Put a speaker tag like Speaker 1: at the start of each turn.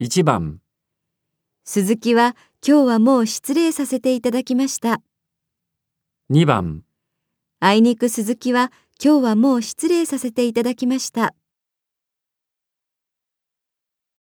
Speaker 1: 1番、
Speaker 2: 鈴木は今日はもう失礼させていただきました。
Speaker 1: 2番。
Speaker 2: あいにく鈴木は今日はもう失礼させていただきました。